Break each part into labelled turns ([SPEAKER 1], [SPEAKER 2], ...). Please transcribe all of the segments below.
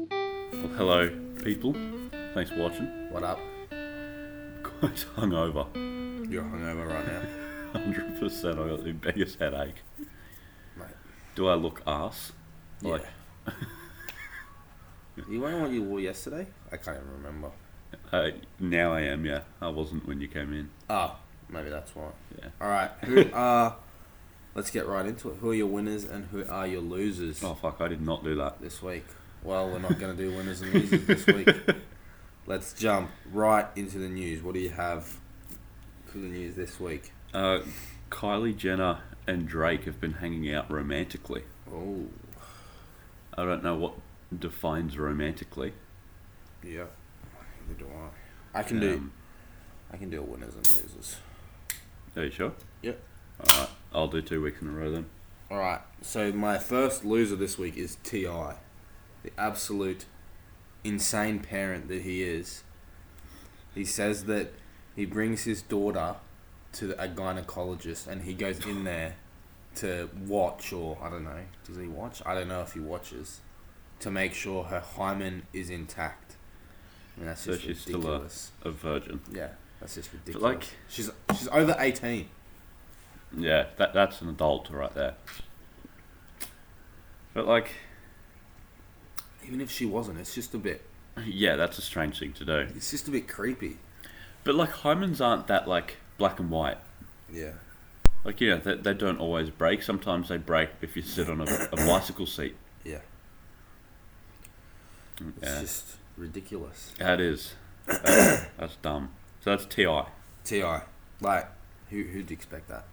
[SPEAKER 1] Well, hello, people. Thanks for watching.
[SPEAKER 2] What up?
[SPEAKER 1] Quite hungover.
[SPEAKER 2] You're hungover right now,
[SPEAKER 1] 100%. I got the biggest headache.
[SPEAKER 2] mate.
[SPEAKER 1] Do I look ass? Like,
[SPEAKER 2] You wearing what you wore yesterday? I can't even remember.
[SPEAKER 1] uh, now I am, yeah. I wasn't when you came in.
[SPEAKER 2] Oh, maybe that's why.
[SPEAKER 1] Yeah.
[SPEAKER 2] All right. Who are? Let's get right into it. Who are your winners and who are your losers
[SPEAKER 1] Oh, fuck, I did not do that.
[SPEAKER 2] this week? Well, we're not going to do winners and losers this week. Let's jump right into the news. What do you have for the news this week?
[SPEAKER 1] Uh, Kylie Jenner and Drake have been hanging out romantically.
[SPEAKER 2] Oh,
[SPEAKER 1] I don't know what defines romantically.
[SPEAKER 2] yeah. Neither do I. I can do.
[SPEAKER 1] Um,
[SPEAKER 2] I can do winners and losers.
[SPEAKER 1] Are you sure?
[SPEAKER 2] Yep.
[SPEAKER 1] Alright, I'll do two weeks in a row then.
[SPEAKER 2] All right. So my first loser this week is Ti, the absolute insane parent that he is. He says that he brings his daughter to a gynecologist, and he goes in there to watch, or I don't know, does he watch? I don't know if he watches to make sure her hymen is intact. I mean, that's
[SPEAKER 1] So
[SPEAKER 2] just
[SPEAKER 1] she's still a-
[SPEAKER 2] ridiculous.
[SPEAKER 1] A virgin.
[SPEAKER 2] Yeah, that's just ridiculous.
[SPEAKER 1] like-
[SPEAKER 2] she's she's over eighteen.
[SPEAKER 1] Yeah, that that's an adult right there. But like,
[SPEAKER 2] Even if she wasn't, it's just a bit.
[SPEAKER 1] yeah, that's a strange thing to do.
[SPEAKER 2] It's just a bit creepy.
[SPEAKER 1] But like, hymens aren't that like black and white.
[SPEAKER 2] Yeah.
[SPEAKER 1] Like, you know, they, they don't always break. Sometimes they break if you sit on a, a bicycle seat.
[SPEAKER 2] Yeah. It's
[SPEAKER 1] Yeah,
[SPEAKER 2] just ridiculous.
[SPEAKER 1] that is. That's, that's dumb. So that's Ti.
[SPEAKER 2] Ti, like, who who'd expect that?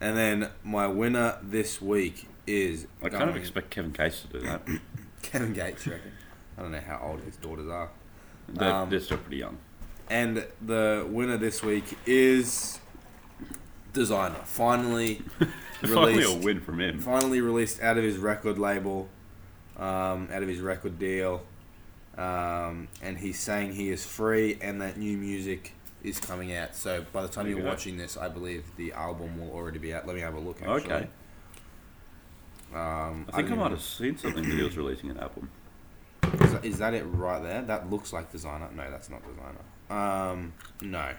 [SPEAKER 2] And then my winner this week is
[SPEAKER 1] I kind of
[SPEAKER 2] going-
[SPEAKER 1] expect Kevin Case to do that.
[SPEAKER 2] Kevin Gates. You reckon? I don't know how old his daughters are.
[SPEAKER 1] They're,
[SPEAKER 2] Um,
[SPEAKER 1] they're still pretty young.
[SPEAKER 2] And the winner this week is designer. Finally
[SPEAKER 1] Finally,
[SPEAKER 2] released.
[SPEAKER 1] a win from him.
[SPEAKER 2] finally released out of his record label, um, out of his record deal, um, and he's saying he is free and that new music is coming out. So by the time
[SPEAKER 1] There you
[SPEAKER 2] you're
[SPEAKER 1] go.
[SPEAKER 2] watching this, I believe the album will already be out. Let me have a look. Actually.
[SPEAKER 1] Okay.
[SPEAKER 2] Um,
[SPEAKER 1] I think I
[SPEAKER 2] didn't
[SPEAKER 1] might have seen something that he was releasing an album.
[SPEAKER 2] even- Is that, is that it right there? That looks like designer. No, that's not designer. Um, no,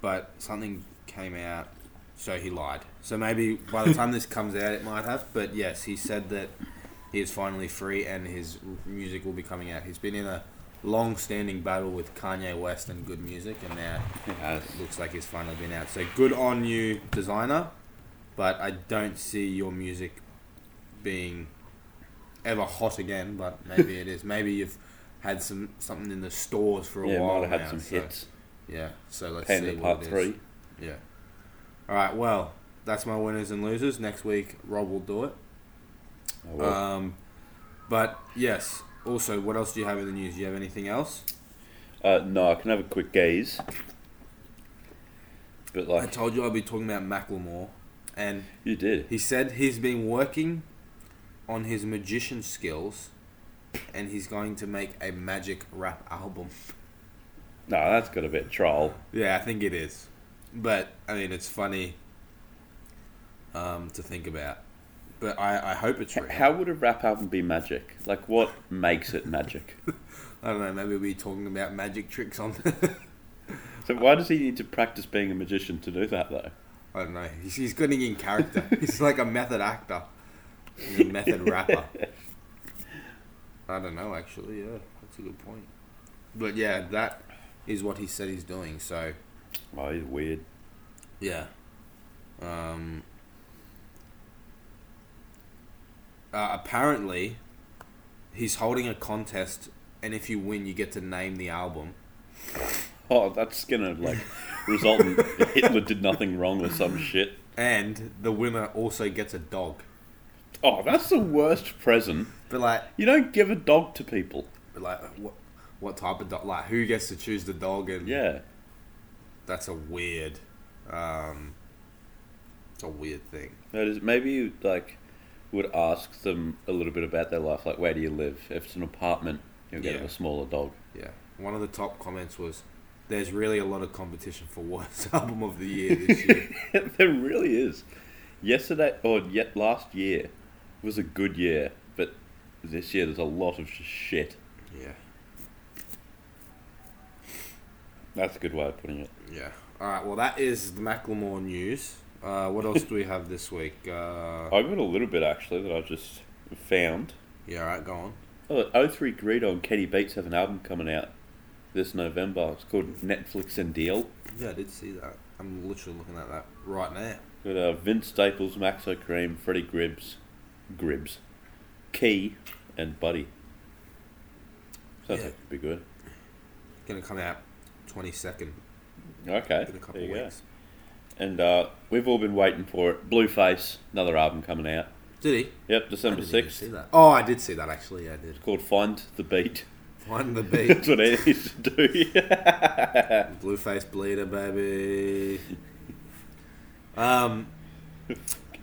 [SPEAKER 2] but something came out. So he lied. So maybe by the time this comes out, it might have. But yes, he said that he is finally free and his r- music will be coming out. He's been in a long-standing battle with Kanye West and good music, and now
[SPEAKER 1] He has.
[SPEAKER 2] it looks like he's finally been out. So good on you, designer. But I don't see your music being ever hot again. But maybe it is. Maybe you've had some something in the stores for a
[SPEAKER 1] Yeah,
[SPEAKER 2] while
[SPEAKER 1] might have
[SPEAKER 2] now,
[SPEAKER 1] had some
[SPEAKER 2] so-
[SPEAKER 1] hits.
[SPEAKER 2] Yeah. So let's
[SPEAKER 1] Panda
[SPEAKER 2] see what
[SPEAKER 1] Part
[SPEAKER 2] it is.
[SPEAKER 1] Three.
[SPEAKER 2] Yeah. All right. Well, that's my winners and losers. Next week, Rob will do it.
[SPEAKER 1] Oh, well.
[SPEAKER 2] Um, but yes. Also, what else do you have in the news? Do you have anything else?
[SPEAKER 1] Uh, no, I can have a quick gaze. But
[SPEAKER 2] I
[SPEAKER 1] like
[SPEAKER 2] told you I'd be talking about Macklemore, and
[SPEAKER 1] you did,
[SPEAKER 2] He said he's been working on his magician skills and he's going to make a magic rap album.
[SPEAKER 1] no, that's got a bit troll.
[SPEAKER 2] Yeah, I think it is. But, I mean, it's funny um, to think about. But I, I hope it's real.
[SPEAKER 1] How would a rap album be magic? Like, what makes it magic?
[SPEAKER 2] I don't know, maybe we'll be talking about magic tricks on.
[SPEAKER 1] So why does he need to practice being a magician to do that though?
[SPEAKER 2] I don't know. He's, he's getting in character. he's like a method actor, he's a method rapper. I don't know, actually. Yeah, that's a good point. But yeah, that is what he said he's doing. So
[SPEAKER 1] Oh, he's weird.
[SPEAKER 2] yeah, um, uh, apparently he's holding a contest, and if you win, you get to name the album.
[SPEAKER 1] Oh, that's gonna like result in Hitler did nothing wrong or some shit.
[SPEAKER 2] And the winner also gets a dog.
[SPEAKER 1] Oh, that's the worst present.
[SPEAKER 2] But like,
[SPEAKER 1] You don't give a dog to people.
[SPEAKER 2] but like what, what type of dog? Like, who gets to choose the dog? And
[SPEAKER 1] Yeah,
[SPEAKER 2] that's a weird, um, it's a weird thing.
[SPEAKER 1] that is maybe you like would ask them a little bit about their life, like where do you live? If it's an apartment, you'll get
[SPEAKER 2] Yeah.
[SPEAKER 1] them a smaller dog.
[SPEAKER 2] Yeah. One of the top comments was, "There's really a lot of competition for worst album of the year this year."
[SPEAKER 1] there really is. Yesterday or yet last year was a good year, but this year there's a lot of sh- shit.
[SPEAKER 2] yeah.
[SPEAKER 1] That's a good way of putting it.
[SPEAKER 2] Yeah. All right. Well, that is the Macklemore news. Uh, what else do we have this week? Uh,
[SPEAKER 1] I've got a little bit actually that I just found.
[SPEAKER 2] yeah. All right. Go on.
[SPEAKER 1] Oh, O3 Greedo and Kenny Beats have an album coming out this November. It's called Netflix and Deal.
[SPEAKER 2] Yeah, I did see that. I'm literally looking at that right now.
[SPEAKER 1] Got uh, Vince Staples, Max O'Cream, Freddie Gribbs, Gribbs, Key, and Buddy. Sounds
[SPEAKER 2] Yeah.
[SPEAKER 1] like it'd be good.
[SPEAKER 2] Gonna come out twenty second
[SPEAKER 1] Okay,
[SPEAKER 2] in a couple
[SPEAKER 1] there you go.
[SPEAKER 2] weeks.
[SPEAKER 1] And uh, we've all been waiting for it. Blueface, another album coming out.
[SPEAKER 2] Did he?
[SPEAKER 1] Yep,
[SPEAKER 2] I
[SPEAKER 1] December
[SPEAKER 2] didn't even see
[SPEAKER 1] 6th.
[SPEAKER 2] that. Oh, I did see that actually. Yeah, I did.
[SPEAKER 1] Called Find the Beat.
[SPEAKER 2] Find the
[SPEAKER 1] That's
[SPEAKER 2] beat.
[SPEAKER 1] what I used to do.
[SPEAKER 2] Blueface bleeder, baby. Um,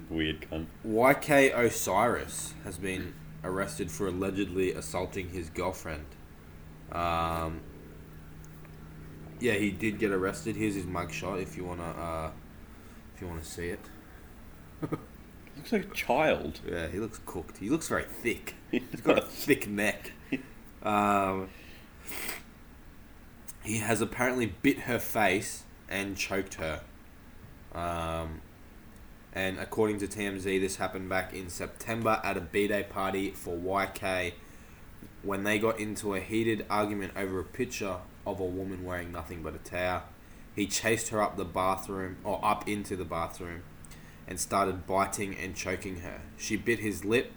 [SPEAKER 1] Weird cunt.
[SPEAKER 2] YK Osiris has been arrested for allegedly assaulting his girlfriend. Um, yeah, he did get arrested. Here's his mugshot if you wanna uh, if you wanna see it.
[SPEAKER 1] Looks like a child.
[SPEAKER 2] Yeah, he looks cooked. He looks very thick.
[SPEAKER 1] He
[SPEAKER 2] He's got a
[SPEAKER 1] does.
[SPEAKER 2] thick neck. Um, he has apparently bit her face and choked her. Um, and according to TMZ, this happened back in September at a B Day party for YK when they got into a heated argument over a picture of a woman wearing nothing but a towel. He chased her up the bathroom, or up into the bathroom, and started biting and choking her. She bit his lip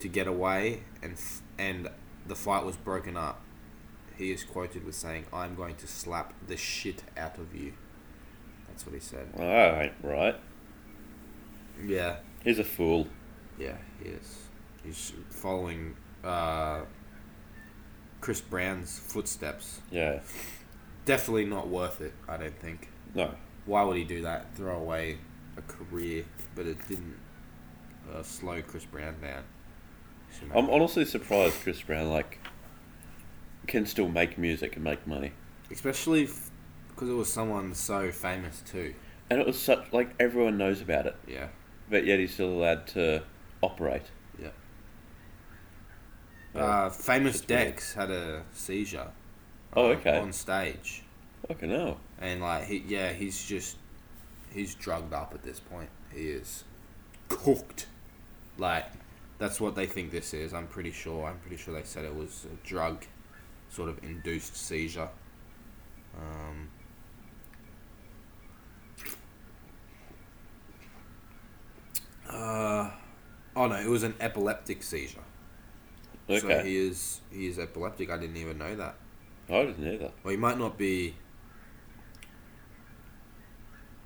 [SPEAKER 2] to get away, and f- and the fight was broken up. He is quoted with saying, "I'm going to slap the shit out of you." That's what he said.
[SPEAKER 1] All right, right.
[SPEAKER 2] Yeah,
[SPEAKER 1] He's a fool.
[SPEAKER 2] yeah, he is. He's following uh, Chris Brown's footsteps.
[SPEAKER 1] Yeah.
[SPEAKER 2] Definitely not worth it. I don't think.
[SPEAKER 1] No.
[SPEAKER 2] Why would he do that? Throw away a career, but it didn't uh, slow Chris Brown down. So
[SPEAKER 1] I'm honestly surprised Chris Brown like can still make music and make money.
[SPEAKER 2] especially because it was someone so famous too.
[SPEAKER 1] And it was such like everyone knows about it,
[SPEAKER 2] Yeah,
[SPEAKER 1] but yet he's still allowed to operate.
[SPEAKER 2] yeah.
[SPEAKER 1] Oh,
[SPEAKER 2] uh, famous
[SPEAKER 1] that's weird.
[SPEAKER 2] Dex had a seizure.
[SPEAKER 1] Oh,
[SPEAKER 2] uh,
[SPEAKER 1] okay.
[SPEAKER 2] On stage,
[SPEAKER 1] Fucking hell.
[SPEAKER 2] and like he, yeah, he's just he's drugged up at this point. He is cooked. Like that's what they think this is. I'm pretty sure. I'm pretty sure they said it was a drug, sort of induced seizure. Um, uh, oh no, it was an epileptic seizure.
[SPEAKER 1] Okay.
[SPEAKER 2] So he is he is epileptic. I didn't even know that.
[SPEAKER 1] I didn't either.
[SPEAKER 2] Well, he might not be.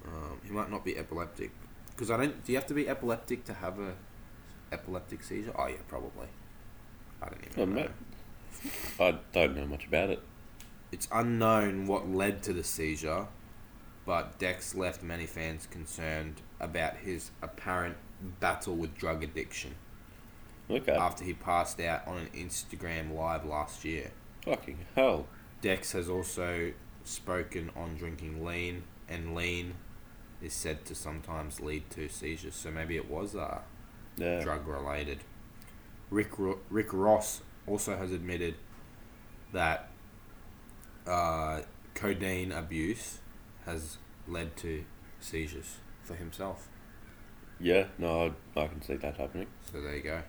[SPEAKER 2] Um, he might not be epileptic, because I don't. Do you have to be epileptic to have a epileptic seizure? Oh yeah, probably. I don't even
[SPEAKER 1] Oh,
[SPEAKER 2] know.
[SPEAKER 1] mate. I don't know much about it.
[SPEAKER 2] It's unknown what led to the seizure, but Dex left many fans concerned about his apparent battle with drug addiction
[SPEAKER 1] Okay.
[SPEAKER 2] after he passed out on an Instagram live last year.
[SPEAKER 1] Fucking hell.
[SPEAKER 2] Dex has also spoken on drinking lean, and lean is said to sometimes lead to seizures. So maybe it was uh,
[SPEAKER 1] Yeah.
[SPEAKER 2] drug related. Rick Ro- Rick Ross also has admitted that uh, codeine abuse has led to seizures for himself.
[SPEAKER 1] Yeah, no, I, I can see that happening.
[SPEAKER 2] So there you go.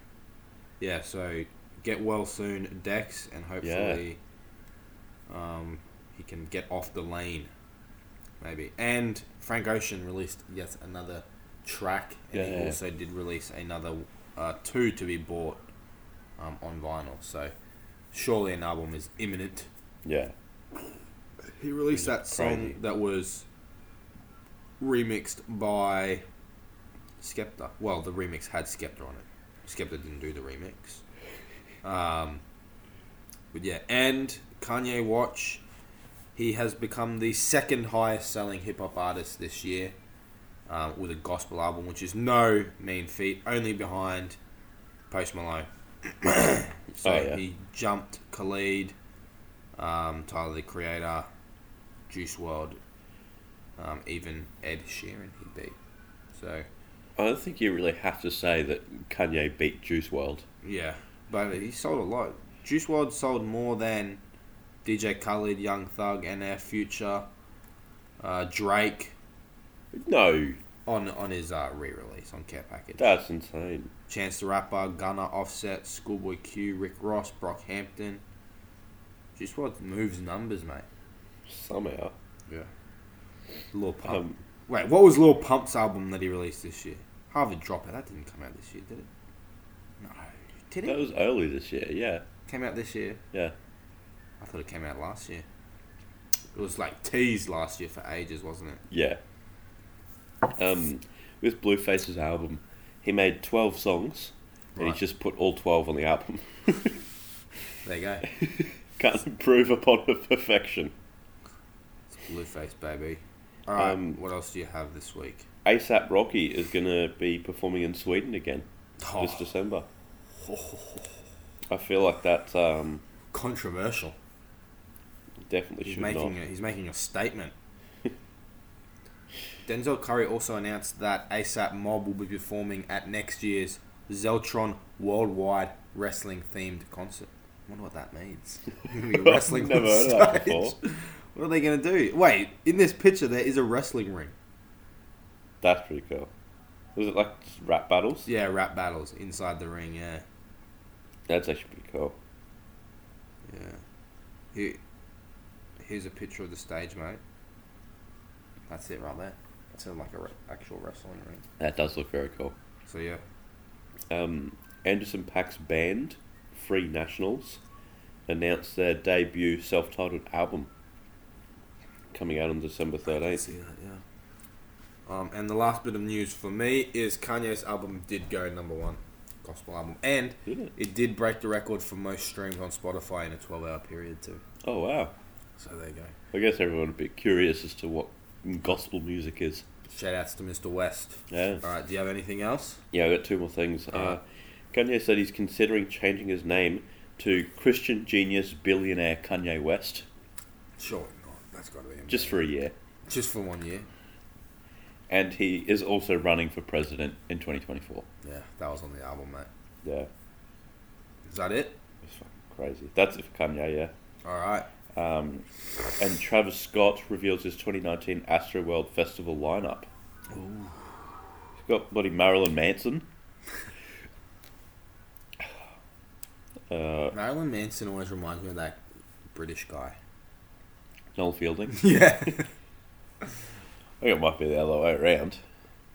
[SPEAKER 2] Yeah, so get well soon, Dex, and hopefully um, he can get off the lane. Maybe. And Frank Ocean released yet another track, and
[SPEAKER 1] Yeah.
[SPEAKER 2] he also did release another uh, two to be bought um, on vinyl. So surely an album is imminent.
[SPEAKER 1] Yeah.
[SPEAKER 2] He released
[SPEAKER 1] Which
[SPEAKER 2] that
[SPEAKER 1] is
[SPEAKER 2] song
[SPEAKER 1] crazy.
[SPEAKER 2] that was remixed by Skepta. Well, the remix had Skepta on it. Skepta didn't do the remix. Um, but yeah, and Kanye Watch, he has become the second highest selling hip hop artist this year um, with a gospel album, which is no mean feat, only behind Post Malone. so
[SPEAKER 1] Oh, yeah.
[SPEAKER 2] he jumped Khalid, um, Tyler the Creator, Juice World, um, even Ed Sheeran he beat. So
[SPEAKER 1] I don't think you really have to say that Kanye beat Juice World.
[SPEAKER 2] yeah, but he sold a lot. Juice World sold more than DJ Khaled, Young Thug, and our future uh, Drake
[SPEAKER 1] No,
[SPEAKER 2] on on his uh, re-release on Care Package.
[SPEAKER 1] that's insane.
[SPEAKER 2] Chance the Rapper, Gunner, Offset, Schoolboy Q, Rick Ross, Brockhampton. Just what moves numbers, mate.
[SPEAKER 1] Somehow.
[SPEAKER 2] Lil Pump.
[SPEAKER 1] Um,
[SPEAKER 2] Wait, what was Lil Pump's album that he released this year? Harvard Dropper. That didn't come out this year, did it? No. Did
[SPEAKER 1] that
[SPEAKER 2] it?
[SPEAKER 1] was early this year, yeah.
[SPEAKER 2] Came out this year.
[SPEAKER 1] Uh, Yeah.
[SPEAKER 2] I thought it came out last year. It was like teased last year for ages, wasn't it?
[SPEAKER 1] Yeah. Um, with Blueface's album, he made 12 songs, and
[SPEAKER 2] Right.
[SPEAKER 1] he just put all 12 on the album.
[SPEAKER 2] There you go.
[SPEAKER 1] Can't improve upon her perfection.
[SPEAKER 2] It's Blueface, baby. All right.
[SPEAKER 1] Um,
[SPEAKER 2] what else do you have this week?
[SPEAKER 1] ASAP Rocky is going to be performing in Sweden again
[SPEAKER 2] Oh,
[SPEAKER 1] this December. I feel like that's um,
[SPEAKER 2] controversial.
[SPEAKER 1] definitely
[SPEAKER 2] He's
[SPEAKER 1] should not.
[SPEAKER 2] making a, he's making a statement. Denzel Curry also announced that ASAP Mob will be performing at next year's Zeltron Worldwide Wrestling themed concert. I wonder what that means. Gonna be wrestling
[SPEAKER 1] Never
[SPEAKER 2] on
[SPEAKER 1] heard of that
[SPEAKER 2] stage.
[SPEAKER 1] before.
[SPEAKER 2] What are they going to do? Wait, in this picture there is a wrestling ring.
[SPEAKER 1] That's pretty cool. Was it like rap battles?
[SPEAKER 2] Yeah, rap battles inside the ring. Yeah,
[SPEAKER 1] That's actually pretty cool.
[SPEAKER 2] yeah. Here, here's a picture of the stage, mate. That's it right there. That's in like a re- actual wrestling ring.
[SPEAKER 1] That does look very cool.
[SPEAKER 2] So yeah,
[SPEAKER 1] um, Anderson Pack's band, Free Nationals, announced their debut self titled album coming out on December 13th.
[SPEAKER 2] see that. Yeah. Um, and the last bit of news for me is Kanye's album did go number one, gospel album, and
[SPEAKER 1] Did it?
[SPEAKER 2] it did break the record for most streams on Spotify in a 12-hour period too.
[SPEAKER 1] Oh, wow.
[SPEAKER 2] So there you go.
[SPEAKER 1] I guess everyone a bit curious as to what gospel music is.
[SPEAKER 2] Shout outs to Mr. West.
[SPEAKER 1] Yeah.
[SPEAKER 2] All right. Do you have anything else?
[SPEAKER 1] Yeah, I got two more things. Uh, Kanye said he's considering changing his name to Christian Genius Billionaire Kanye West
[SPEAKER 2] Sure. No, that's got to be him.
[SPEAKER 1] just for a year.
[SPEAKER 2] just for one year.
[SPEAKER 1] And he is also running for president in 2024.
[SPEAKER 2] Yeah, that was on the album, mate.
[SPEAKER 1] Yeah,
[SPEAKER 2] Is that it?
[SPEAKER 1] it's fucking crazy. That's it for Kanye, yeah.
[SPEAKER 2] All right.
[SPEAKER 1] Um, and Travis Scott reveals his 2019 Astroworld Festival lineup. He's got bloody Marilyn Manson. Uh,
[SPEAKER 2] Marilyn Manson always reminds me of that British guy.
[SPEAKER 1] Noel Fielding.
[SPEAKER 2] Yeah.
[SPEAKER 1] I think it might be the other way around.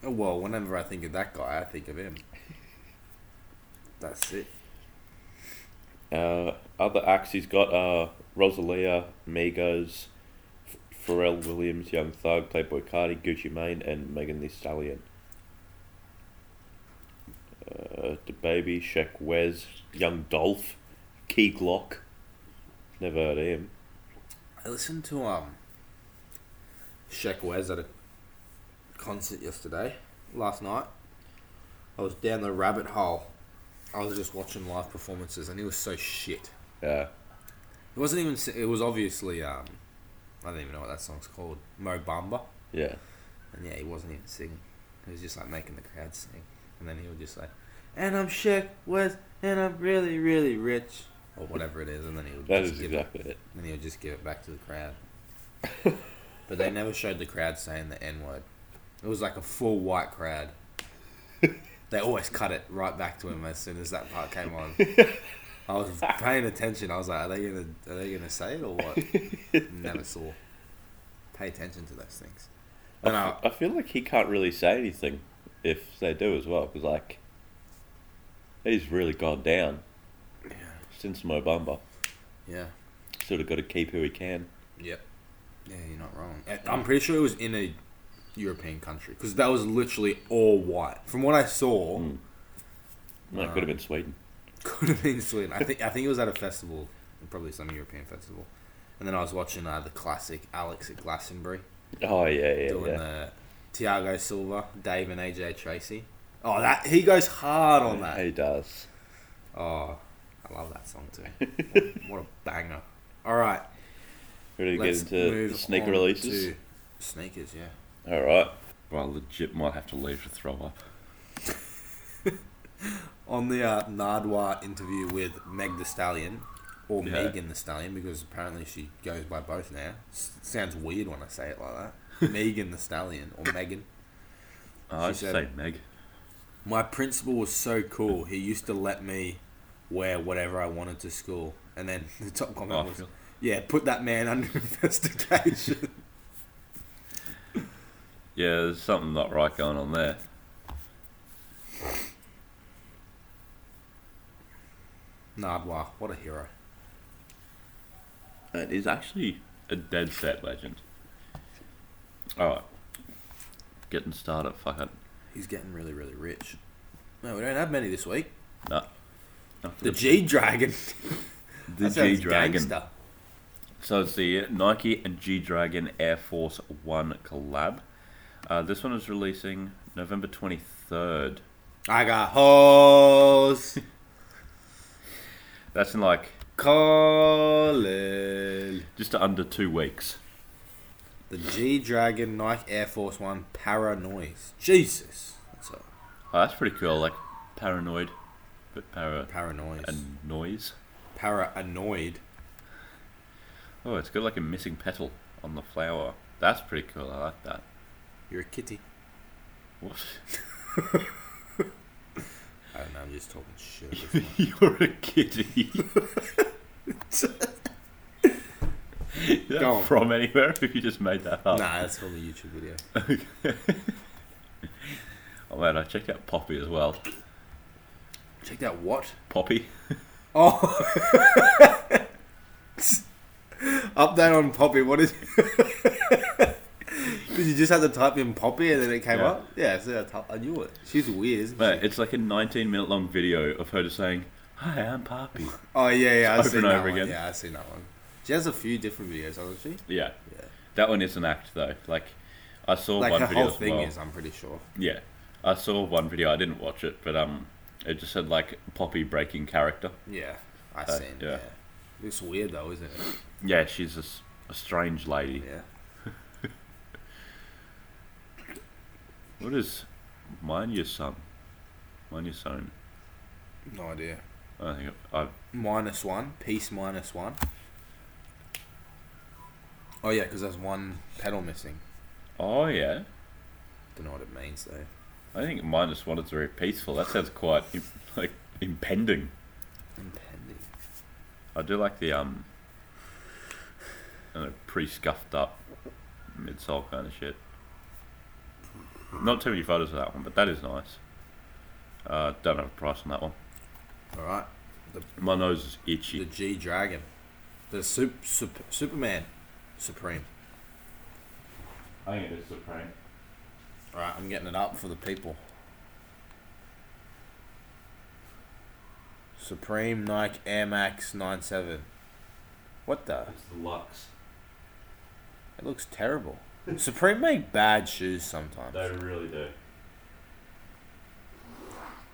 [SPEAKER 2] well, whenever I think of that guy, I think of him. That's it.
[SPEAKER 1] Uh, other acts he's got are Rosalia, Migos, F- Pharrell Williams, Young Thug, Playboy Cardi, Gucci Mane, and Megan Thee Stallion. Uh, the Baby, Shaq Wes, Young Dolph, Key Glock. Never heard of him.
[SPEAKER 2] I listened to um Sheck Wes at a concert yesterday, last night. I was down the rabbit hole. I was just watching live performances, and he was so shit.
[SPEAKER 1] Yeah.
[SPEAKER 2] It wasn't even. s- It was obviously. Um, I don't even know what that song's called. Mo Bamba.
[SPEAKER 1] Yeah.
[SPEAKER 2] And yeah, he wasn't even singing. He was just like making the crowd sing. And then he would just like, and I'm Sheck West, and I'm really, really rich, or whatever it is. And then he would
[SPEAKER 1] That
[SPEAKER 2] just
[SPEAKER 1] is
[SPEAKER 2] give
[SPEAKER 1] exactly it.
[SPEAKER 2] it, and he would just give it back to the crowd. but they never showed the crowd saying the N word. It was like a full white crowd. they always cut it right back to him as soon as that part came on. I was paying attention. I was like, are they gonna are they gonna say it or what? never saw. Pay attention to those things. uh,
[SPEAKER 1] I
[SPEAKER 2] And I,
[SPEAKER 1] f- I feel like he can't really say anything if they do as well, because, like, he's really gone down since Mo Bamba.
[SPEAKER 2] Yeah.
[SPEAKER 1] Sort of got to keep who he can.
[SPEAKER 2] Yep. Yeah, you're not wrong. I- I'm pretty sure it was in a European country because that was literally all white. From what I saw,
[SPEAKER 1] Mm. No, it could have been Sweden.
[SPEAKER 2] could have been Sweden. I think I think it was at a festival, probably some European festival. And then I was watching uh, the classic Alex at Glastonbury
[SPEAKER 1] Oh yeah, yeah,
[SPEAKER 2] doing
[SPEAKER 1] yeah.
[SPEAKER 2] the Tiago Silva, Dave and AJ Tracy. Oh, that he goes hard on that.
[SPEAKER 1] He does.
[SPEAKER 2] Oh, I love that song too. what a banger! All right,
[SPEAKER 1] Ready to
[SPEAKER 2] let's
[SPEAKER 1] get into
[SPEAKER 2] move
[SPEAKER 1] the sneaker
[SPEAKER 2] on
[SPEAKER 1] releases?
[SPEAKER 2] to sneakers, yeah.
[SPEAKER 1] All right. Well, I legit might have to leave to throw up.
[SPEAKER 2] On the uh, Nardwar interview with Meg The Stallion, or
[SPEAKER 1] Yeah.
[SPEAKER 2] Megan the Stallion because apparently she goes by both now. S- sounds weird when I say it like that. Megan the Stallion or Megan.
[SPEAKER 1] Uh, I
[SPEAKER 2] She said-
[SPEAKER 1] say Meg.
[SPEAKER 2] My principal was so cool. He used to let me wear whatever I wanted to school. And then the top comment
[SPEAKER 1] Oh, I
[SPEAKER 2] was,
[SPEAKER 1] feel-
[SPEAKER 2] "Yeah, put that man under investigation."
[SPEAKER 1] Yeah, there's something not right going on there.
[SPEAKER 2] Nardwar, what a hero.
[SPEAKER 1] That is actually a dead set legend. Alright. Getting started, fuck it.
[SPEAKER 2] He's getting really, really rich. No, we don't have many this week.
[SPEAKER 1] No.
[SPEAKER 2] The G Dragon.
[SPEAKER 1] The G Dragon. So it's the Nike and G Dragon Air Force One collab. Uh, this one is releasing November 23rd.
[SPEAKER 2] I got hoes.
[SPEAKER 1] That's in like
[SPEAKER 2] Colin.
[SPEAKER 1] just under two weeks.
[SPEAKER 2] The G Dragon Nike Air Force One Para Noise. Jesus. That's a
[SPEAKER 1] Oh, that's pretty cool. Like paranoid, but para
[SPEAKER 2] paranoise.
[SPEAKER 1] and noise.
[SPEAKER 2] Para annoyed.
[SPEAKER 1] Oh, it's got like a missing petal on the flower. That's pretty cool. I like that.
[SPEAKER 2] You're a kitty.
[SPEAKER 1] What?
[SPEAKER 2] I don't know, I'm just talking shit. at this point.
[SPEAKER 1] You're a kitty. Is that
[SPEAKER 2] Go on.
[SPEAKER 1] from anywhere? If you just made that up.
[SPEAKER 2] nah, that's from the YouTube video.
[SPEAKER 1] Oh man, I checked out Poppy as well.
[SPEAKER 2] Check that what?
[SPEAKER 1] Poppy.
[SPEAKER 2] Oh. Update on Poppy. What is. Did you just have to type in Poppy and then it came
[SPEAKER 1] Yeah.
[SPEAKER 2] up? Yeah, so I, typed- I knew it. She's weird, isn't
[SPEAKER 1] Mate,
[SPEAKER 2] she?
[SPEAKER 1] it's like a 19 minute long video of her just saying, Hi, I'm Poppy.
[SPEAKER 2] Oh, yeah, yeah. I've
[SPEAKER 1] over
[SPEAKER 2] seen
[SPEAKER 1] and
[SPEAKER 2] that
[SPEAKER 1] over
[SPEAKER 2] one.
[SPEAKER 1] again.
[SPEAKER 2] Yeah, I've seen that one. She has a few different videos, hasn't she?
[SPEAKER 1] Yeah.
[SPEAKER 2] Yeah.
[SPEAKER 1] That one is an act though. Like, I saw
[SPEAKER 2] Like
[SPEAKER 1] one
[SPEAKER 2] her
[SPEAKER 1] video
[SPEAKER 2] whole
[SPEAKER 1] as
[SPEAKER 2] thing
[SPEAKER 1] well.
[SPEAKER 2] is, I'm pretty sure.
[SPEAKER 1] Yeah, I saw one video. I didn't watch it, but um, it just said like Poppy breaking character.
[SPEAKER 2] Yeah, I
[SPEAKER 1] Uh,
[SPEAKER 2] seen.
[SPEAKER 1] yeah.
[SPEAKER 2] Yeah. It's weird though, isn't it?
[SPEAKER 1] Yeah, she's a, s- a strange lady.
[SPEAKER 2] Yeah.
[SPEAKER 1] What is mine? Your son? Mine your son?
[SPEAKER 2] No idea.
[SPEAKER 1] I think I.
[SPEAKER 2] Minus one, piece minus one. Oh yeah, because there's one pedal missing.
[SPEAKER 1] Oh yeah,
[SPEAKER 2] Don't know what it means though.
[SPEAKER 1] I think minus one is very peaceful. That sounds quite im- like impending.
[SPEAKER 2] Impending.
[SPEAKER 1] I do like the um, I don't know, pretty scuffed up midsole kind of shit. Not too many photos of that one, but that is nice. Uh, don't have a price on that one.
[SPEAKER 2] All right,
[SPEAKER 1] My nose is itchy.
[SPEAKER 2] the G Dragon, the sup, sup, Superman, Supreme.
[SPEAKER 1] I think it is Supreme.
[SPEAKER 2] All right, I'm getting it up for the people. Supreme Nike Air Max 97. What the?
[SPEAKER 1] It's the Lux.
[SPEAKER 2] It looks terrible. Supreme make bad shoes sometimes.
[SPEAKER 1] really do.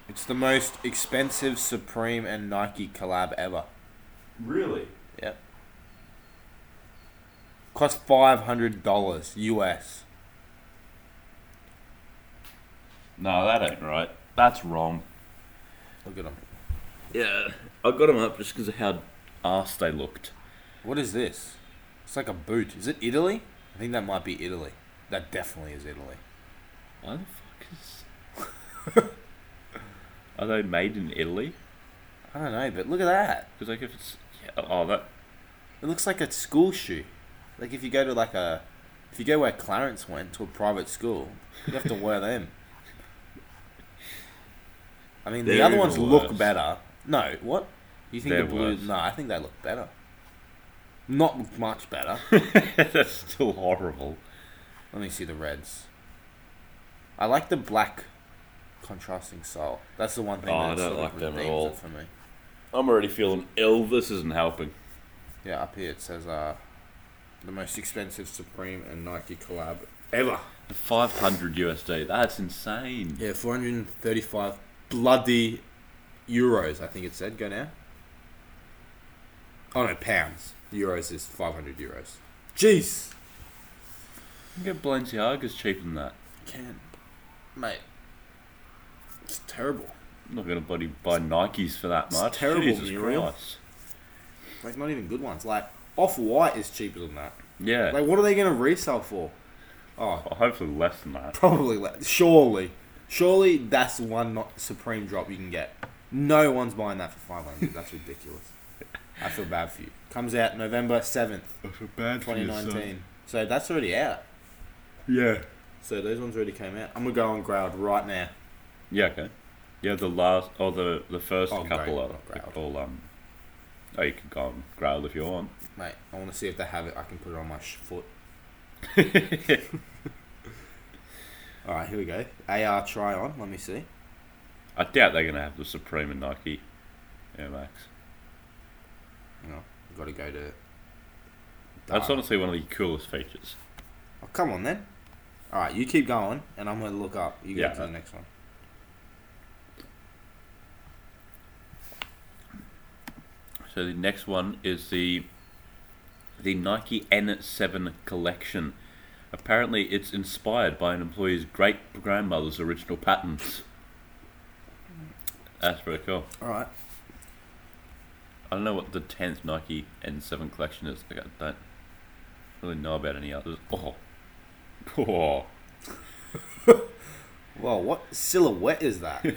[SPEAKER 2] It's the most expensive Supreme and Nike collab ever.
[SPEAKER 1] Really?
[SPEAKER 2] Yep. Cost five hundred dollars US.
[SPEAKER 1] No, that ain't right. That's wrong.
[SPEAKER 2] Look at them.
[SPEAKER 1] Yeah, I got them up just because of how arse they looked.
[SPEAKER 2] What is this? It's like a boot. Is it Italy? I think that might be Italy. That definitely is Italy.
[SPEAKER 1] Why the fuck is? Are they made in Italy?
[SPEAKER 2] I don't know, but look at that.
[SPEAKER 1] Because like if it's yeah, oh that
[SPEAKER 2] It looks like a school shoe. Like if you go to like a, if you go where Clarence went to a private school, you have to wear them. I mean, the
[SPEAKER 1] They're
[SPEAKER 2] other ones
[SPEAKER 1] even
[SPEAKER 2] look
[SPEAKER 1] worse.
[SPEAKER 2] better. No, what? You think
[SPEAKER 1] They're
[SPEAKER 2] the blue?
[SPEAKER 1] worse.
[SPEAKER 2] No, I think they look better. Not much better.
[SPEAKER 1] that's still horrible.
[SPEAKER 2] Let me see the reds. I like the black contrasting sole. That's the one thing
[SPEAKER 1] Oh, I
[SPEAKER 2] that
[SPEAKER 1] don't
[SPEAKER 2] sort
[SPEAKER 1] like
[SPEAKER 2] of
[SPEAKER 1] them at
[SPEAKER 2] redeems
[SPEAKER 1] all.
[SPEAKER 2] it for me.
[SPEAKER 1] I'm already feeling ill. This isn't helping.
[SPEAKER 2] Yeah, up here it says uh, the most expensive Supreme and Nike collab ever.
[SPEAKER 1] Five hundred USD. That's insane.
[SPEAKER 2] Yeah, 435 bloody euros, I think it said. Go now. Oh no, pounds. Euros is 500 euros. Jeez!
[SPEAKER 1] You can get Balenciaga's cheaper than that.
[SPEAKER 2] Can. Mate. It's terrible.
[SPEAKER 1] I'm not gonna bloody buy Nikes for that
[SPEAKER 2] It's
[SPEAKER 1] much.
[SPEAKER 2] terrible,
[SPEAKER 1] Jesus
[SPEAKER 2] Muriel.
[SPEAKER 1] Christ.
[SPEAKER 2] Like not even good ones. Like Off White is cheaper than that.
[SPEAKER 1] Yeah.
[SPEAKER 2] Like what are they going to resell for? Oh,
[SPEAKER 1] Well, hopefully less than that.
[SPEAKER 2] probably le- surely, surely that's one not supreme drop you can get. No one's buying that for five hundred. That's ridiculous. I feel bad for you. Comes out November seventh,
[SPEAKER 1] Bad
[SPEAKER 2] twenty nineteen. So that's already out.
[SPEAKER 1] Yeah.
[SPEAKER 2] So those ones already came out. I'm gonna go on Growled right now.
[SPEAKER 1] Yeah. Okay. Yeah, the last or the the first
[SPEAKER 2] Oh,
[SPEAKER 1] couple
[SPEAKER 2] Growled,
[SPEAKER 1] are
[SPEAKER 2] not Growled.
[SPEAKER 1] all um. Oh, you can go and growl if you want.
[SPEAKER 2] Mate, I want to see if they have it. I can put it on my sh- foot. All right, here we go. AR try on. Let me see.
[SPEAKER 1] I doubt they're gonna have the Supreme and Nike Air Max.
[SPEAKER 2] You know, got to go to.
[SPEAKER 1] That's honestly one of the coolest features.
[SPEAKER 2] Oh, come on then. All right, you keep going, and I'm gonna look up. You go
[SPEAKER 1] Yeah.
[SPEAKER 2] to the next one.
[SPEAKER 1] So the next one is the the Nike N7 collection. Apparently, it's inspired by an employee's great grandmother's original patterns. That's pretty cool.
[SPEAKER 2] All right.
[SPEAKER 1] I don't know what the tenth Nike N7 collection is. Like, I don't really know about any others. Oh, oh,
[SPEAKER 2] Whoa, what silhouette is that?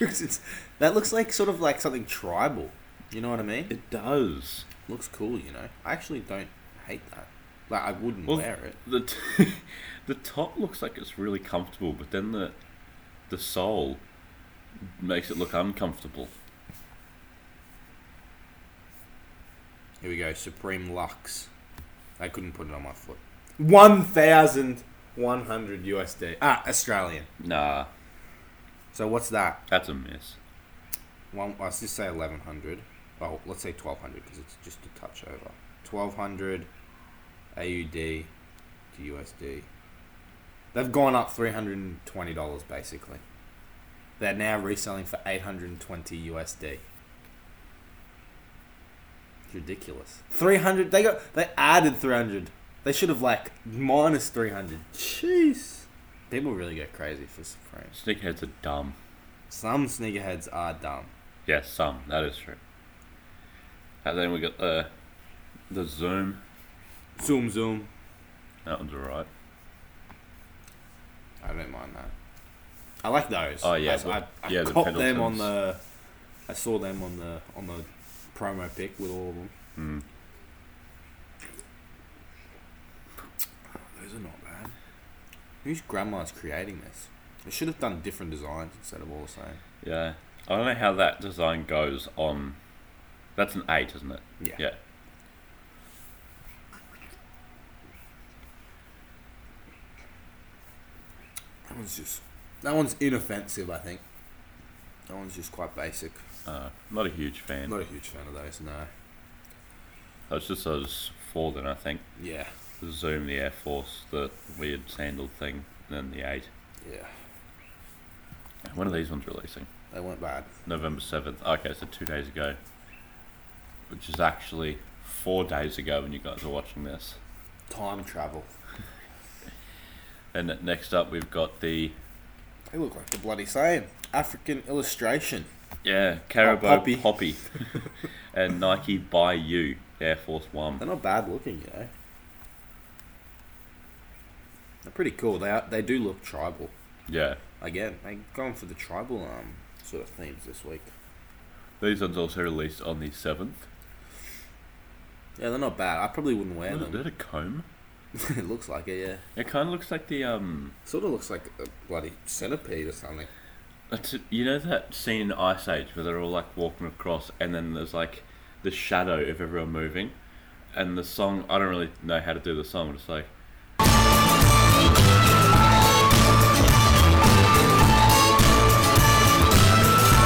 [SPEAKER 2] It's- that looks like sort of like something tribal. You know what I mean?
[SPEAKER 1] it does.
[SPEAKER 2] looks cool, you know. I actually don't hate that. Like I wouldn't
[SPEAKER 1] Well,
[SPEAKER 2] wear it.
[SPEAKER 1] The t- the top looks like it's really comfortable, but then the the sole makes it look uncomfortable.
[SPEAKER 2] Here we go, Supreme Lux. I couldn't put it on my foot. One thousand one hundred USD. Ah, Australian.
[SPEAKER 1] Nah,
[SPEAKER 2] So what's that?
[SPEAKER 1] that's a miss.
[SPEAKER 2] One. Let's just say eleven hundred. Well, let's say twelve hundred because it's just a touch over. Twelve hundred AUD to USD. They've gone up three hundred and twenty dollars basically. They're now reselling for eight hundred and twenty USD. It's ridiculous. Three hundred. They got. They added three hundred. They should have like minus three hundred. Jeez. People really get crazy for Supreme.
[SPEAKER 1] Sneakerheads are dumb.
[SPEAKER 2] Some sneakerheads are dumb.
[SPEAKER 1] Yeah, some. That is true. And then we got the the Zoom.
[SPEAKER 2] Zoom zoom.
[SPEAKER 1] That one's alright.
[SPEAKER 2] I don't mind that. I like those.
[SPEAKER 1] Oh, yeah,
[SPEAKER 2] I, s- I-
[SPEAKER 1] but-
[SPEAKER 2] I
[SPEAKER 1] yeah, the
[SPEAKER 2] copped them on
[SPEAKER 1] Pendletons.
[SPEAKER 2] the. I saw them on the on the promo pic with all of them.
[SPEAKER 1] Mm.
[SPEAKER 2] Those are not bad. Whose grandma's creating this? They should have done different designs instead of all the same.
[SPEAKER 1] Yeah, I don't know how that design goes on. That's an eight, isn't it?
[SPEAKER 2] Yeah.
[SPEAKER 1] Yeah.
[SPEAKER 2] That one's just. That one's inoffensive, I think. That one's just quite basic.
[SPEAKER 1] Uh, not a huge fan.
[SPEAKER 2] I'm not a huge fan of those. No.
[SPEAKER 1] That's just those four then, I think.
[SPEAKER 2] Yeah.
[SPEAKER 1] The Zoom, the Air Force, the weird sandal thing, and then the eight.
[SPEAKER 2] Yeah.
[SPEAKER 1] When are these ones releasing?
[SPEAKER 2] They weren't bad.
[SPEAKER 1] November 7th. Okay, so two days ago. Which is actually four days ago when you guys are watching this.
[SPEAKER 2] Time travel.
[SPEAKER 1] And next up, we've got the
[SPEAKER 2] They look like the bloody same. African illustration.
[SPEAKER 1] yeah Caribou
[SPEAKER 2] Oh, Poppy.
[SPEAKER 1] Poppy, and Nike Buy You Air Force One.
[SPEAKER 2] They're not bad looking, you know. They're pretty cool. They are, they do look tribal.
[SPEAKER 1] Yeah,
[SPEAKER 2] Again, they going for the tribal um sort of themes this week.
[SPEAKER 1] these ones also released on the seventh.
[SPEAKER 2] Yeah, they're not bad. I probably wouldn't wear
[SPEAKER 1] Is
[SPEAKER 2] them.
[SPEAKER 1] that a comb?
[SPEAKER 2] it looks like it, yeah.
[SPEAKER 1] It kind of looks like the um.
[SPEAKER 2] Sort of looks like a bloody centipede or something.
[SPEAKER 1] It's, you know that scene in Ice Age where they're all like walking across, and then there's like the shadow of everyone moving, and the song. I don't really know how to do the song. But it's like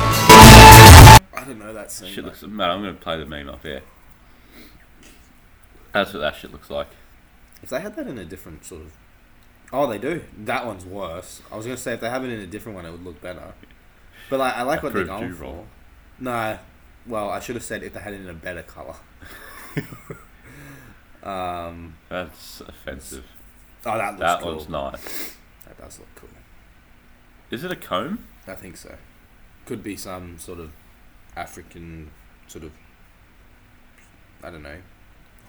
[SPEAKER 2] I don't know that scene.
[SPEAKER 1] Shit
[SPEAKER 2] mate.
[SPEAKER 1] looks man. I'm gonna play the meme up here. That's what that shit looks like.
[SPEAKER 2] If they had that in a different sort of. Oh, they do. That one's worse. I was gonna say if they have it in a different one, it would look better. But like, I like
[SPEAKER 1] I
[SPEAKER 2] what they're
[SPEAKER 1] proved
[SPEAKER 2] going
[SPEAKER 1] you
[SPEAKER 2] for.
[SPEAKER 1] wrong.
[SPEAKER 2] No, well, I should have said if they had it in a better color. um,
[SPEAKER 1] That's offensive.
[SPEAKER 2] oh, that looks
[SPEAKER 1] that
[SPEAKER 2] cool.
[SPEAKER 1] one's nice.
[SPEAKER 2] That does look cool.
[SPEAKER 1] Is it a comb?
[SPEAKER 2] I think so. Could be some sort of African sort of I don't know,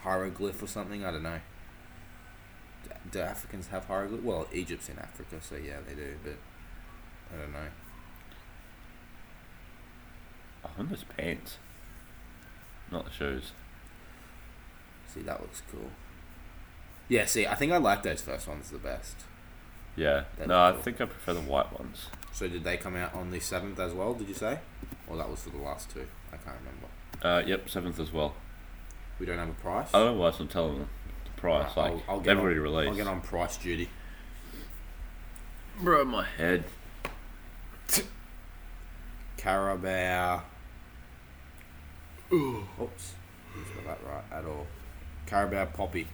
[SPEAKER 2] hieroglyph or something. I don't know. D- Do Africans have hieroglyph? Well, Egypt's in Africa, so yeah, they do. But I don't know.
[SPEAKER 1] I want those pants, not the shoes.
[SPEAKER 2] See, that looks cool. Yeah, see, I think I like those first ones the best.
[SPEAKER 1] Yeah,
[SPEAKER 2] That'd
[SPEAKER 1] no,
[SPEAKER 2] be cool.
[SPEAKER 1] I think I prefer the white ones.
[SPEAKER 2] So did they come out on the seventh as well? Did you say? Or that was for the last two? I can't remember.
[SPEAKER 1] Uh, yep, seventh as well.
[SPEAKER 2] We don't have a price.
[SPEAKER 1] I don't know why it's not telling them the price.
[SPEAKER 2] Right,
[SPEAKER 1] Oh, like
[SPEAKER 2] I'll- I'll get
[SPEAKER 1] they've
[SPEAKER 2] on-
[SPEAKER 1] already released.
[SPEAKER 2] I'll get on price duty.
[SPEAKER 1] Bro, my head.
[SPEAKER 2] Carabao. Oops. Didn't spell that right at all. Carabao Poppy.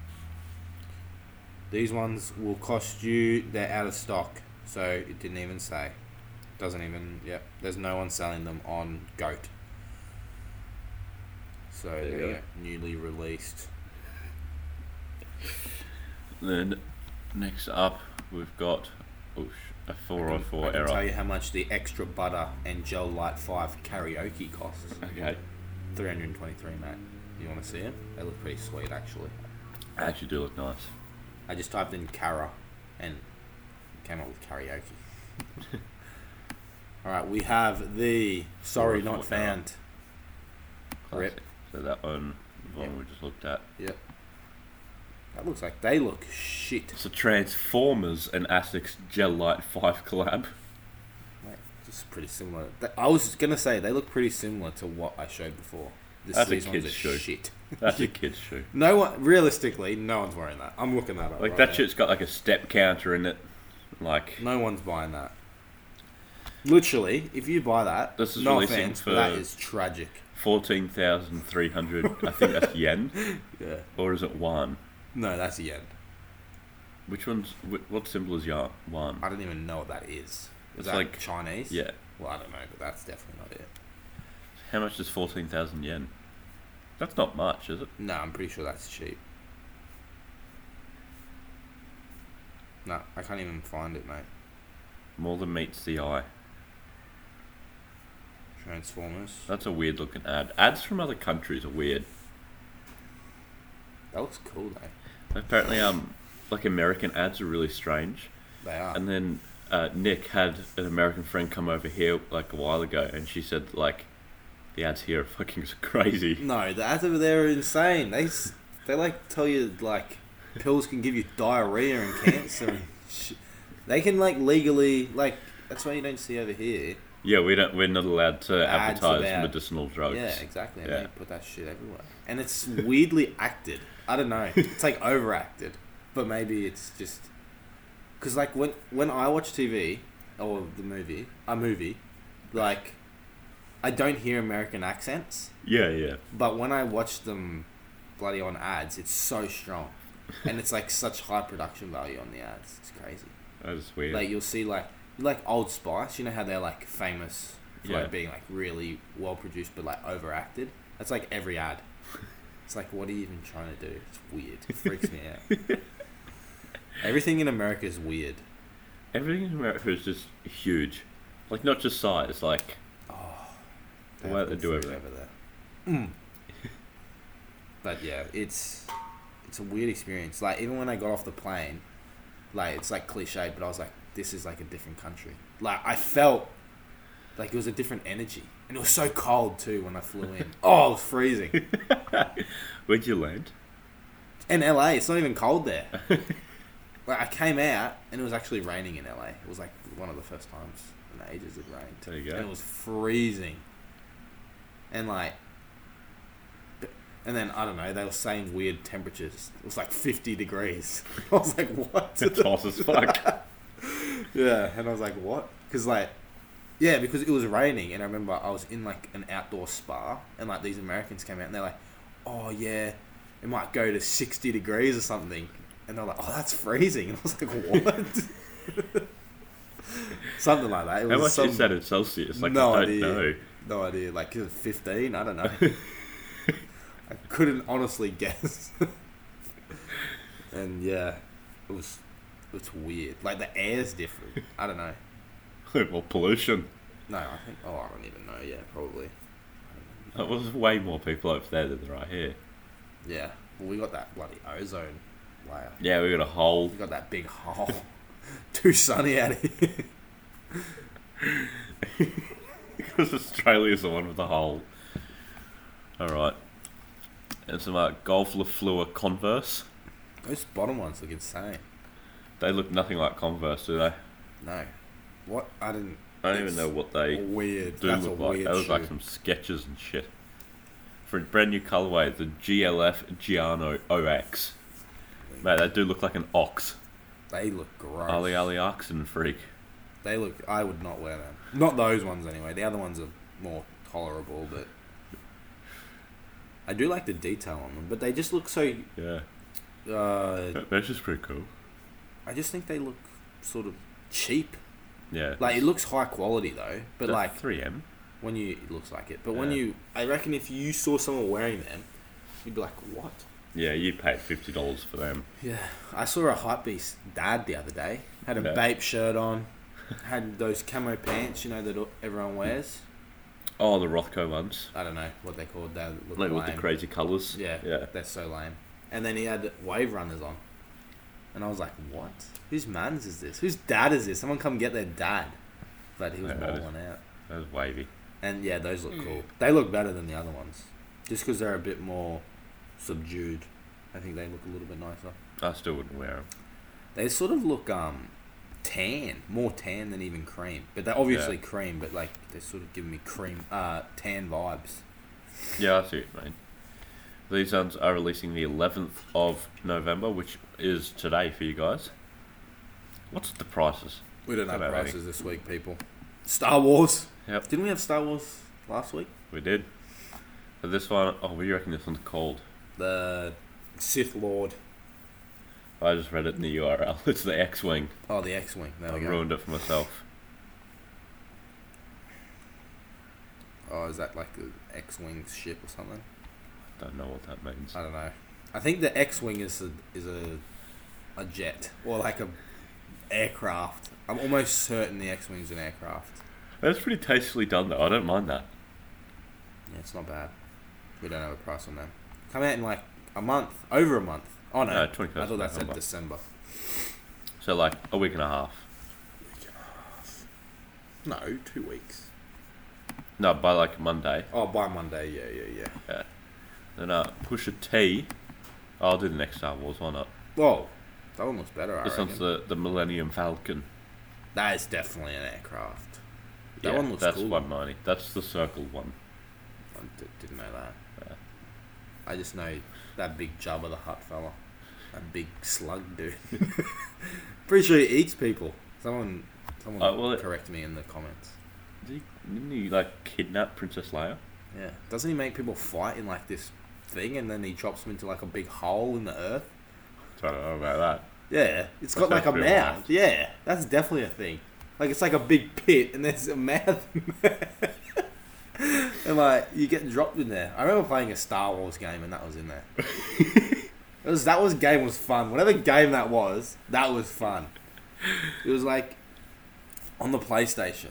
[SPEAKER 2] These ones will cost you, they're out of stock. So it didn't even say. Doesn't even, yep. There's no one selling them on GOAT. So there,
[SPEAKER 1] you
[SPEAKER 2] you
[SPEAKER 1] go.
[SPEAKER 2] go. Newly released.
[SPEAKER 1] Then next up, we've got oosh, a four or
[SPEAKER 2] I
[SPEAKER 1] four
[SPEAKER 2] can tell
[SPEAKER 1] error.
[SPEAKER 2] you how much the extra butter and gel light 5 karaoke costs.
[SPEAKER 1] Okay,
[SPEAKER 2] 323 mate. You want to see it? They look pretty sweet actually.
[SPEAKER 1] they actually do look nice.
[SPEAKER 2] I just typed in Kara and came up with karaoke. All right, we have the Sorry
[SPEAKER 1] Four,
[SPEAKER 2] Not
[SPEAKER 1] four, yeah.
[SPEAKER 2] Found. Rip.
[SPEAKER 1] Classic. So that one, the one
[SPEAKER 2] Yeah.
[SPEAKER 1] we just looked at.
[SPEAKER 2] Yep. That looks like they look shit.
[SPEAKER 1] So Transformers and Asics Gel Light Five collab.
[SPEAKER 2] Mate, Just pretty similar. Th- I was going to say they look pretty similar to what I showed before. This,
[SPEAKER 1] That's a
[SPEAKER 2] these ones
[SPEAKER 1] kid's
[SPEAKER 2] are
[SPEAKER 1] shoe.
[SPEAKER 2] shit.
[SPEAKER 1] That's a kid's shoe.
[SPEAKER 2] No one, realistically, no one's wearing that. I'm looking that up.
[SPEAKER 1] Like
[SPEAKER 2] right
[SPEAKER 1] that
[SPEAKER 2] now.
[SPEAKER 1] shit's got like a step counter in it. Like
[SPEAKER 2] No one's buying that. Literally, if you buy that,
[SPEAKER 1] This is
[SPEAKER 2] no
[SPEAKER 1] releasing
[SPEAKER 2] offense,
[SPEAKER 1] for-
[SPEAKER 2] but that is tragic.
[SPEAKER 1] fourteen thousand three hundred. I think that's yen,
[SPEAKER 2] Yeah.
[SPEAKER 1] or is it yuan?
[SPEAKER 2] No, that's yen.
[SPEAKER 1] Which one's wh- what symbol is yuan? Yuan.
[SPEAKER 2] I don't even know what that is. Is
[SPEAKER 1] It's
[SPEAKER 2] that
[SPEAKER 1] like-
[SPEAKER 2] Chinese?
[SPEAKER 1] Yeah.
[SPEAKER 2] Well, I don't know, but that's definitely not it.
[SPEAKER 1] How much is fourteen thousand yen? That's not much, is it?
[SPEAKER 2] No, I'm pretty sure that's cheap. No, I can't even find it, mate.
[SPEAKER 1] More than meets the eye.
[SPEAKER 2] Transformers.
[SPEAKER 1] That's a weird looking ad. Ads from other countries are weird.
[SPEAKER 2] That looks cool, though.
[SPEAKER 1] Apparently, um, like American ads are really strange.
[SPEAKER 2] They are.
[SPEAKER 1] And then uh, Nick had an American friend come over here like a while ago, and she said like, the ads here are fucking crazy.
[SPEAKER 2] No, the ads over there are insane. They s- they like tell you like pills can give you diarrhea and cancer. and sh- they can like legally like that's why you don't see over here.
[SPEAKER 1] Yeah, we don't. We're not allowed to
[SPEAKER 2] Ads
[SPEAKER 1] advertise
[SPEAKER 2] about-
[SPEAKER 1] medicinal drugs.
[SPEAKER 2] Yeah, exactly. And
[SPEAKER 1] Yeah.
[SPEAKER 2] they put that shit everywhere, and it's weirdly acted. I don't know. It's like overacted, but maybe it's just because like when when I watch TV or the movie a movie, like I don't hear American accents.
[SPEAKER 1] Yeah, yeah.
[SPEAKER 2] But when I watch them bloody on ads, it's so strong. And it's like such high production value on the ads. It's crazy.
[SPEAKER 1] That is weird.
[SPEAKER 2] Like you'll see like like Old Spice, you know how they're like famous for
[SPEAKER 1] Yeah.
[SPEAKER 2] like being like really well produced but like overacted? That's like every ad. It's like what are you even trying to do? It's weird. It freaks me out. Everything in America is weird.
[SPEAKER 1] Everything in America is just huge. Like not just size, like
[SPEAKER 2] They
[SPEAKER 1] Why
[SPEAKER 2] have
[SPEAKER 1] they
[SPEAKER 2] good
[SPEAKER 1] do
[SPEAKER 2] food
[SPEAKER 1] everything.
[SPEAKER 2] there. but yeah, it's it's a weird experience. Like even when I got off the plane, like it's like cliche, but I was like, this is like a different country. Like I felt like it was a different energy, and it was so cold too when I flew in. oh, it was freezing.
[SPEAKER 1] where'd you land?
[SPEAKER 2] In LA, it's not even cold there. Like I came out and it was actually raining in LA. It was like one of the first times in ages it rained.
[SPEAKER 1] There you go.
[SPEAKER 2] And it was freezing. And like, and then I don't know. They were saying weird temperatures. It was like fifty degrees. I was like, what?
[SPEAKER 1] It's hot as fuck.
[SPEAKER 2] yeah, and I was like, what? Because like, yeah, because it was raining, and I remember I was in like an outdoor spa, and like these Americans came out, and they're like, oh yeah, it might go to sixty degrees or something, and they're like, oh that's freezing, and I was like, what? something like that. It
[SPEAKER 1] How
[SPEAKER 2] was
[SPEAKER 1] much
[SPEAKER 2] some,
[SPEAKER 1] is that in Celsius? Like
[SPEAKER 2] No
[SPEAKER 1] I don't
[SPEAKER 2] idea.
[SPEAKER 1] know.
[SPEAKER 2] No idea. Like is it fifteen? I don't know. I couldn't honestly guess. and yeah, it was. It's weird. Like the air's different. I don't know.
[SPEAKER 1] well, pollution.
[SPEAKER 2] No, I think. Oh, I don't even know. Yeah, probably.
[SPEAKER 1] There was way more people over there than there are here.
[SPEAKER 2] Yeah. Well, we got that bloody ozone layer.
[SPEAKER 1] Yeah, we got a hole.
[SPEAKER 2] We got that big hole. Too sunny out here.
[SPEAKER 1] Because Australia's the one with the hole. All right. And some uh, Golf LaFleur Converse.
[SPEAKER 2] Those bottom ones look insane.
[SPEAKER 1] They look nothing like Converse, do they?
[SPEAKER 2] No. What? I didn't.
[SPEAKER 1] I don't even
[SPEAKER 2] It's
[SPEAKER 1] know what they
[SPEAKER 2] Weird.
[SPEAKER 1] do
[SPEAKER 2] That's
[SPEAKER 1] look
[SPEAKER 2] a
[SPEAKER 1] like.
[SPEAKER 2] weird
[SPEAKER 1] That was like
[SPEAKER 2] shoe.
[SPEAKER 1] some sketches and shit. For a brand new colorway, the GLF Giano OX. Mate, they do look like an ox.
[SPEAKER 2] They look gross.
[SPEAKER 1] Ali Ali Oxen Freak.
[SPEAKER 2] They look. I would not wear them. Not those ones anyway. The other ones are more tolerable, but I do like the detail on them. But they just look so.
[SPEAKER 1] Yeah.
[SPEAKER 2] Uh,
[SPEAKER 1] That- That's just pretty cool.
[SPEAKER 2] I just think they look sort of cheap.
[SPEAKER 1] Yeah.
[SPEAKER 2] Like it looks high quality though, but
[SPEAKER 1] That's
[SPEAKER 2] like
[SPEAKER 1] 3M.
[SPEAKER 2] when you it looks like it. But when
[SPEAKER 1] Yeah.
[SPEAKER 2] you, I reckon if you saw someone wearing them, you'd be like, what?
[SPEAKER 1] Yeah, you paid $50 for them.
[SPEAKER 2] Yeah, I saw a hypebeast dad the other day. Had a
[SPEAKER 1] Yeah.
[SPEAKER 2] Bape shirt on, had those camo pants, you know that everyone wears.
[SPEAKER 1] Oh, the Rothko ones.
[SPEAKER 2] I don't know what they're called. They look
[SPEAKER 1] Like with the
[SPEAKER 2] lame.
[SPEAKER 1] crazy colours.
[SPEAKER 2] Yeah,
[SPEAKER 1] Yeah.
[SPEAKER 2] That's so lame. And then he had wave runners on, and I was like, what? Whose man's is this? Whose dad is this? Someone come get their dad. But he was
[SPEAKER 1] Yeah, that is-
[SPEAKER 2] balling out.
[SPEAKER 1] That was wavy.
[SPEAKER 2] And yeah, those look cool. They look better than the other ones, just because they're a bit more subdued. I think they look a little bit nicer.
[SPEAKER 1] I still wouldn't wear them.
[SPEAKER 2] They sort of look um tan, more tan than even cream. But they're obviously cream, but like they're sort of giving me cream uh tan vibes.
[SPEAKER 1] Yeah, I see it, mate. These ones are releasing the 11th of November, which is today for you guys. What's the prices?
[SPEAKER 2] We don't
[SPEAKER 1] have About prices
[SPEAKER 2] this week, people. Star Wars.
[SPEAKER 1] Yep.
[SPEAKER 2] Didn't we have Star Wars last week?
[SPEAKER 1] We did. But this one, oh, what do you reckon this one's called?
[SPEAKER 2] The Sith Lord.
[SPEAKER 1] I just read it in the URL. It's the X Wing.
[SPEAKER 2] Oh, the X-wing. There
[SPEAKER 1] I
[SPEAKER 2] we go.
[SPEAKER 1] ruined it for myself.
[SPEAKER 2] Oh, is that like an X-wing ship or something?
[SPEAKER 1] Don't know what that means.
[SPEAKER 2] I don't know. I think the X-wing is a is a a jet or like a aircraft. I'm almost certain the X-wing's an aircraft.
[SPEAKER 1] That's pretty tastefully done, though. I don't mind that.
[SPEAKER 2] Yeah, it's not bad. We don't have a price on them. Come out in like a month, over a month. Oh no,
[SPEAKER 1] No, 21st
[SPEAKER 2] I thought that said
[SPEAKER 1] November.
[SPEAKER 2] December.
[SPEAKER 1] So, like, a week and a half.
[SPEAKER 2] No, two weeks.
[SPEAKER 1] No, by like Monday.
[SPEAKER 2] Oh, by Monday, yeah, yeah, yeah.
[SPEAKER 1] Then uh, push a T. Oh, I'll do the next Star Wars. Why not?
[SPEAKER 2] Whoa, that one looks better. I
[SPEAKER 1] This
[SPEAKER 2] reckon.
[SPEAKER 1] one's the, the Millennium Falcon.
[SPEAKER 2] that is definitely an aircraft. That
[SPEAKER 1] yeah,
[SPEAKER 2] one looks
[SPEAKER 1] that's
[SPEAKER 2] cool.
[SPEAKER 1] 190. That's the circle one.
[SPEAKER 2] I d- didn't know that.
[SPEAKER 1] Yeah.
[SPEAKER 2] I just know that big Jabba the Hutt fella, that big slug dude. Pretty sure he eats people. Someone, someone
[SPEAKER 1] Uh, well, it-
[SPEAKER 2] correct me in the comments.
[SPEAKER 1] Did he, didn't he like kidnap Princess Leia?
[SPEAKER 2] Yeah. Doesn't he make people fight in like this thing and then he drops them into like a big hole in the earth?
[SPEAKER 1] I don't know about that.
[SPEAKER 2] Yeah. It's got
[SPEAKER 1] That
[SPEAKER 2] like a
[SPEAKER 1] sounds pretty
[SPEAKER 2] mouth.
[SPEAKER 1] wild.
[SPEAKER 2] Yeah. That's definitely a thing. Like it's like a big pit and there's a mouth. in there. and like you get dropped in there. I remember playing a Star Wars game and that was in there. it was that was game was fun. Whatever game that was, that was fun. It was like on the PlayStation.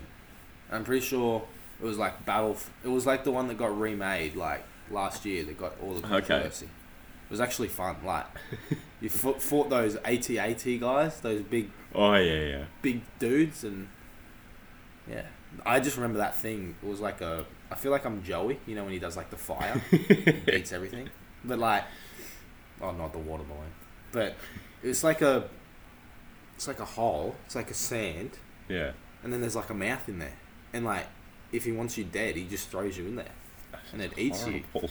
[SPEAKER 2] I'm pretty sure it was like Battle. It was like the one that got remade like last year that got all the
[SPEAKER 1] Okay.
[SPEAKER 2] controversy. It was actually fun. Like you fought, fought those AT-AT guys, those big
[SPEAKER 1] Oh yeah, yeah.
[SPEAKER 2] big dudes, and yeah, I just remember that thing. It was like a. I feel like I'm Joey. You know when he does like the fire, beats everything, but like, oh, not the water balloon, but it's like a. It's like a hole. It's like a sand,
[SPEAKER 1] Yeah.
[SPEAKER 2] and then there's like a mouth in there, and like if he wants you dead, he just throws you in there, and it eats you.
[SPEAKER 1] Horrible.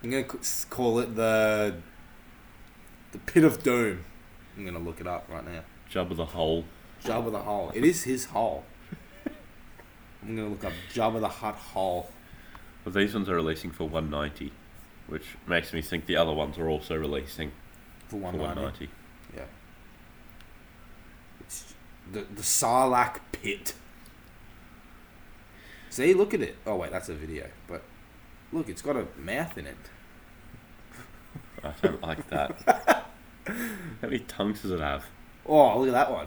[SPEAKER 2] I'm gonna c- s- call it the the pit of doom. I'm gonna look it up right now.
[SPEAKER 1] Jabba the Hole.
[SPEAKER 2] Jabba the hole. It is his hole. I'm gonna look up Jabba the Hutt hole.
[SPEAKER 1] But these ones are releasing for 190, which makes me think the other ones are also releasing
[SPEAKER 2] For
[SPEAKER 1] for
[SPEAKER 2] one night.
[SPEAKER 1] 190.
[SPEAKER 2] Yeah. It's the the Sarlacc pit. See, look at it. Oh wait, that's a video. But look, it's got a mouth in it.
[SPEAKER 1] I don't like that. How many tongues does it have?
[SPEAKER 2] Oh, look at that one.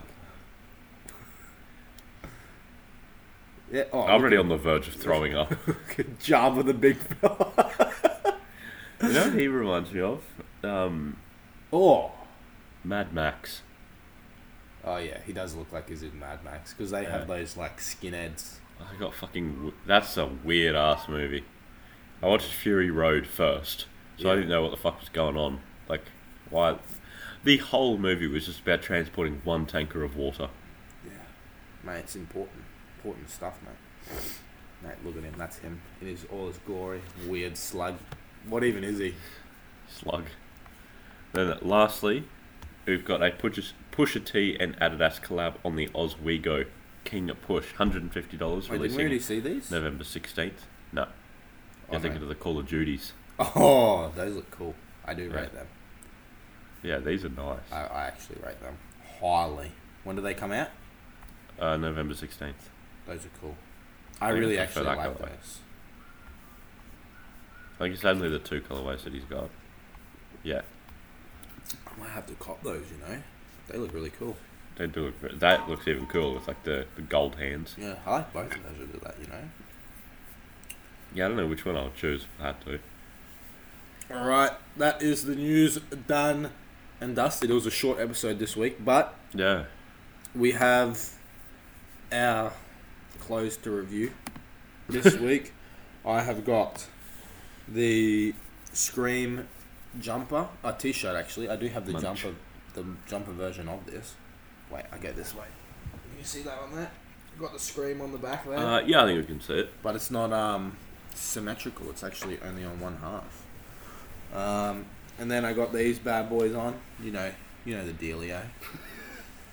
[SPEAKER 2] Yeah. Oh,
[SPEAKER 1] I'm
[SPEAKER 2] look Oh,
[SPEAKER 1] already on the verge of throwing up.
[SPEAKER 2] at Jabba the big fella.
[SPEAKER 1] You know what he reminds me of? Um,
[SPEAKER 2] Oh.
[SPEAKER 1] Mad Max.
[SPEAKER 2] Oh yeah, he does look like he's in Mad Max because they
[SPEAKER 1] Yeah.
[SPEAKER 2] have those like skinheads.
[SPEAKER 1] I got fucking. w- That's a weird ass movie. I watched Fury Road first, so I
[SPEAKER 2] Yeah.
[SPEAKER 1] didn't know what the fuck was going on. Like, why? The whole movie was just about transporting one tanker of water.
[SPEAKER 2] Yeah, mate, it's important, important stuff, mate. Mate, look at him. That's him in his all his glory. Weird slug. What even is he?
[SPEAKER 1] Slug. Then, lastly, we've got a Pusha, Pusha T and Adidas collab on the Oswego King Push, hundred and fifty dollars,
[SPEAKER 2] Wait, did we already
[SPEAKER 1] releasing
[SPEAKER 2] see these?
[SPEAKER 1] November sixteenth. No,
[SPEAKER 2] Oh,
[SPEAKER 1] I think
[SPEAKER 2] mate.
[SPEAKER 1] of the Call of Duties.
[SPEAKER 2] oh, those look cool. I do
[SPEAKER 1] Yeah.
[SPEAKER 2] rate them.
[SPEAKER 1] Yeah, these are nice.
[SPEAKER 2] I, I actually rate them highly. When do they come out?
[SPEAKER 1] Uh, November sixteenth.
[SPEAKER 2] Those are cool. I
[SPEAKER 1] I think
[SPEAKER 2] really
[SPEAKER 1] I prefer
[SPEAKER 2] actually
[SPEAKER 1] that
[SPEAKER 2] like
[SPEAKER 1] colour.
[SPEAKER 2] those.
[SPEAKER 1] Like it's only the two colorways that he's got. Yeah,
[SPEAKER 2] I might have to cop those. You know, they look really cool.
[SPEAKER 1] they do look. ver- That looks even cooler with like the, the gold hands.
[SPEAKER 2] Yeah, I like both of those. who Do that. You know.
[SPEAKER 1] Yeah, I don't know which one I'll choose if I had to.
[SPEAKER 2] All right, that is the news done and dusted. It was a short episode this week, but
[SPEAKER 1] Yeah,
[SPEAKER 2] we have our close to review this week. I have got the Scream jumper, a T-shirt actually. I do have the
[SPEAKER 1] Munch.
[SPEAKER 2] jumper, the jumper version of this. Wait, I go this way. You see that on there? Got the Scream on the back there,
[SPEAKER 1] uh, yeah, I think we can see it.
[SPEAKER 2] but it's not um symmetrical. It's actually only on one half. Um, and then I got these bad boys on. You know, you know the dealio.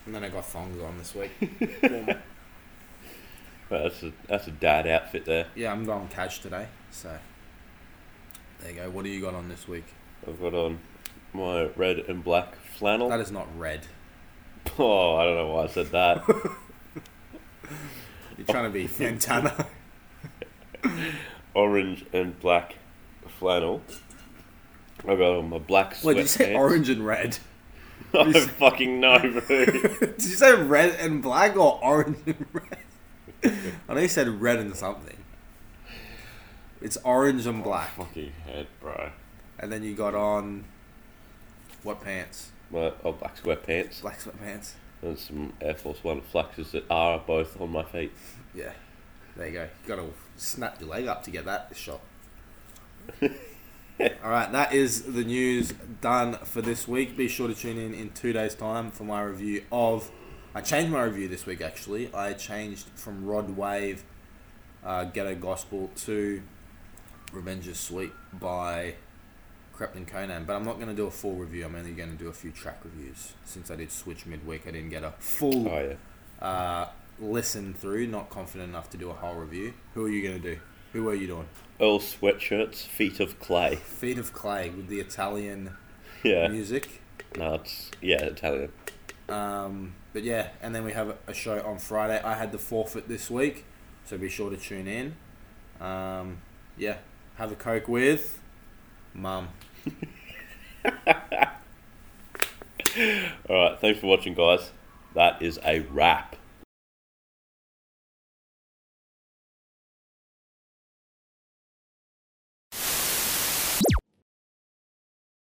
[SPEAKER 2] and then I got thongs on this week.
[SPEAKER 1] Well, that's a that's a dad outfit there.
[SPEAKER 2] Yeah, I'm going cash today. So there you go. What do you got on this week?
[SPEAKER 1] I've got on my red and black flannel.
[SPEAKER 2] That is not red.
[SPEAKER 1] Oh, I don't know why I said that.
[SPEAKER 2] You're trying to be Fantana.
[SPEAKER 1] orange and black flannel. I got on my black sweatpants.
[SPEAKER 2] Wait, did you say orange and red?
[SPEAKER 1] I don't fucking know, bro.
[SPEAKER 2] did you say red and black or orange and red? I know you said red and something. It's orange and black.
[SPEAKER 1] fucking head, bro.
[SPEAKER 2] And then you got on what pants?
[SPEAKER 1] My oh, black sweatpants
[SPEAKER 2] Black sweatpants.
[SPEAKER 1] and some Air Force One fluxes that are both on my feet.
[SPEAKER 2] Yeah. There you go. You gotta snap your leg up to get that shot. Alright, that is the news done for this week. Be sure to tune in in two days' time for my review of. I changed my review this week actually. I changed from Rod Wave, uh, Ghetto Gospel to Revenge is Sweet by Crept and Conan. But I'm not going to do a full review. I'm only going to do a few track reviews. Since I did switch midweek, I didn't get a
[SPEAKER 1] Oh
[SPEAKER 2] full
[SPEAKER 1] yeah.
[SPEAKER 2] uh, listen through, not confident enough to do a whole review. Who are you going to do? Who are you doing?
[SPEAKER 1] Earl sweatshirts, feet of clay.
[SPEAKER 2] Feet of Clay with the Italian
[SPEAKER 1] Yeah.
[SPEAKER 2] music.
[SPEAKER 1] No, it's yeah, Italian.
[SPEAKER 2] Um, but yeah, and then we have a show on Friday. I had the forfeit this week, so be sure to tune in. Um, yeah, have a Coke with Mum.
[SPEAKER 1] Alright, thanks for watching guys. That is a wrap.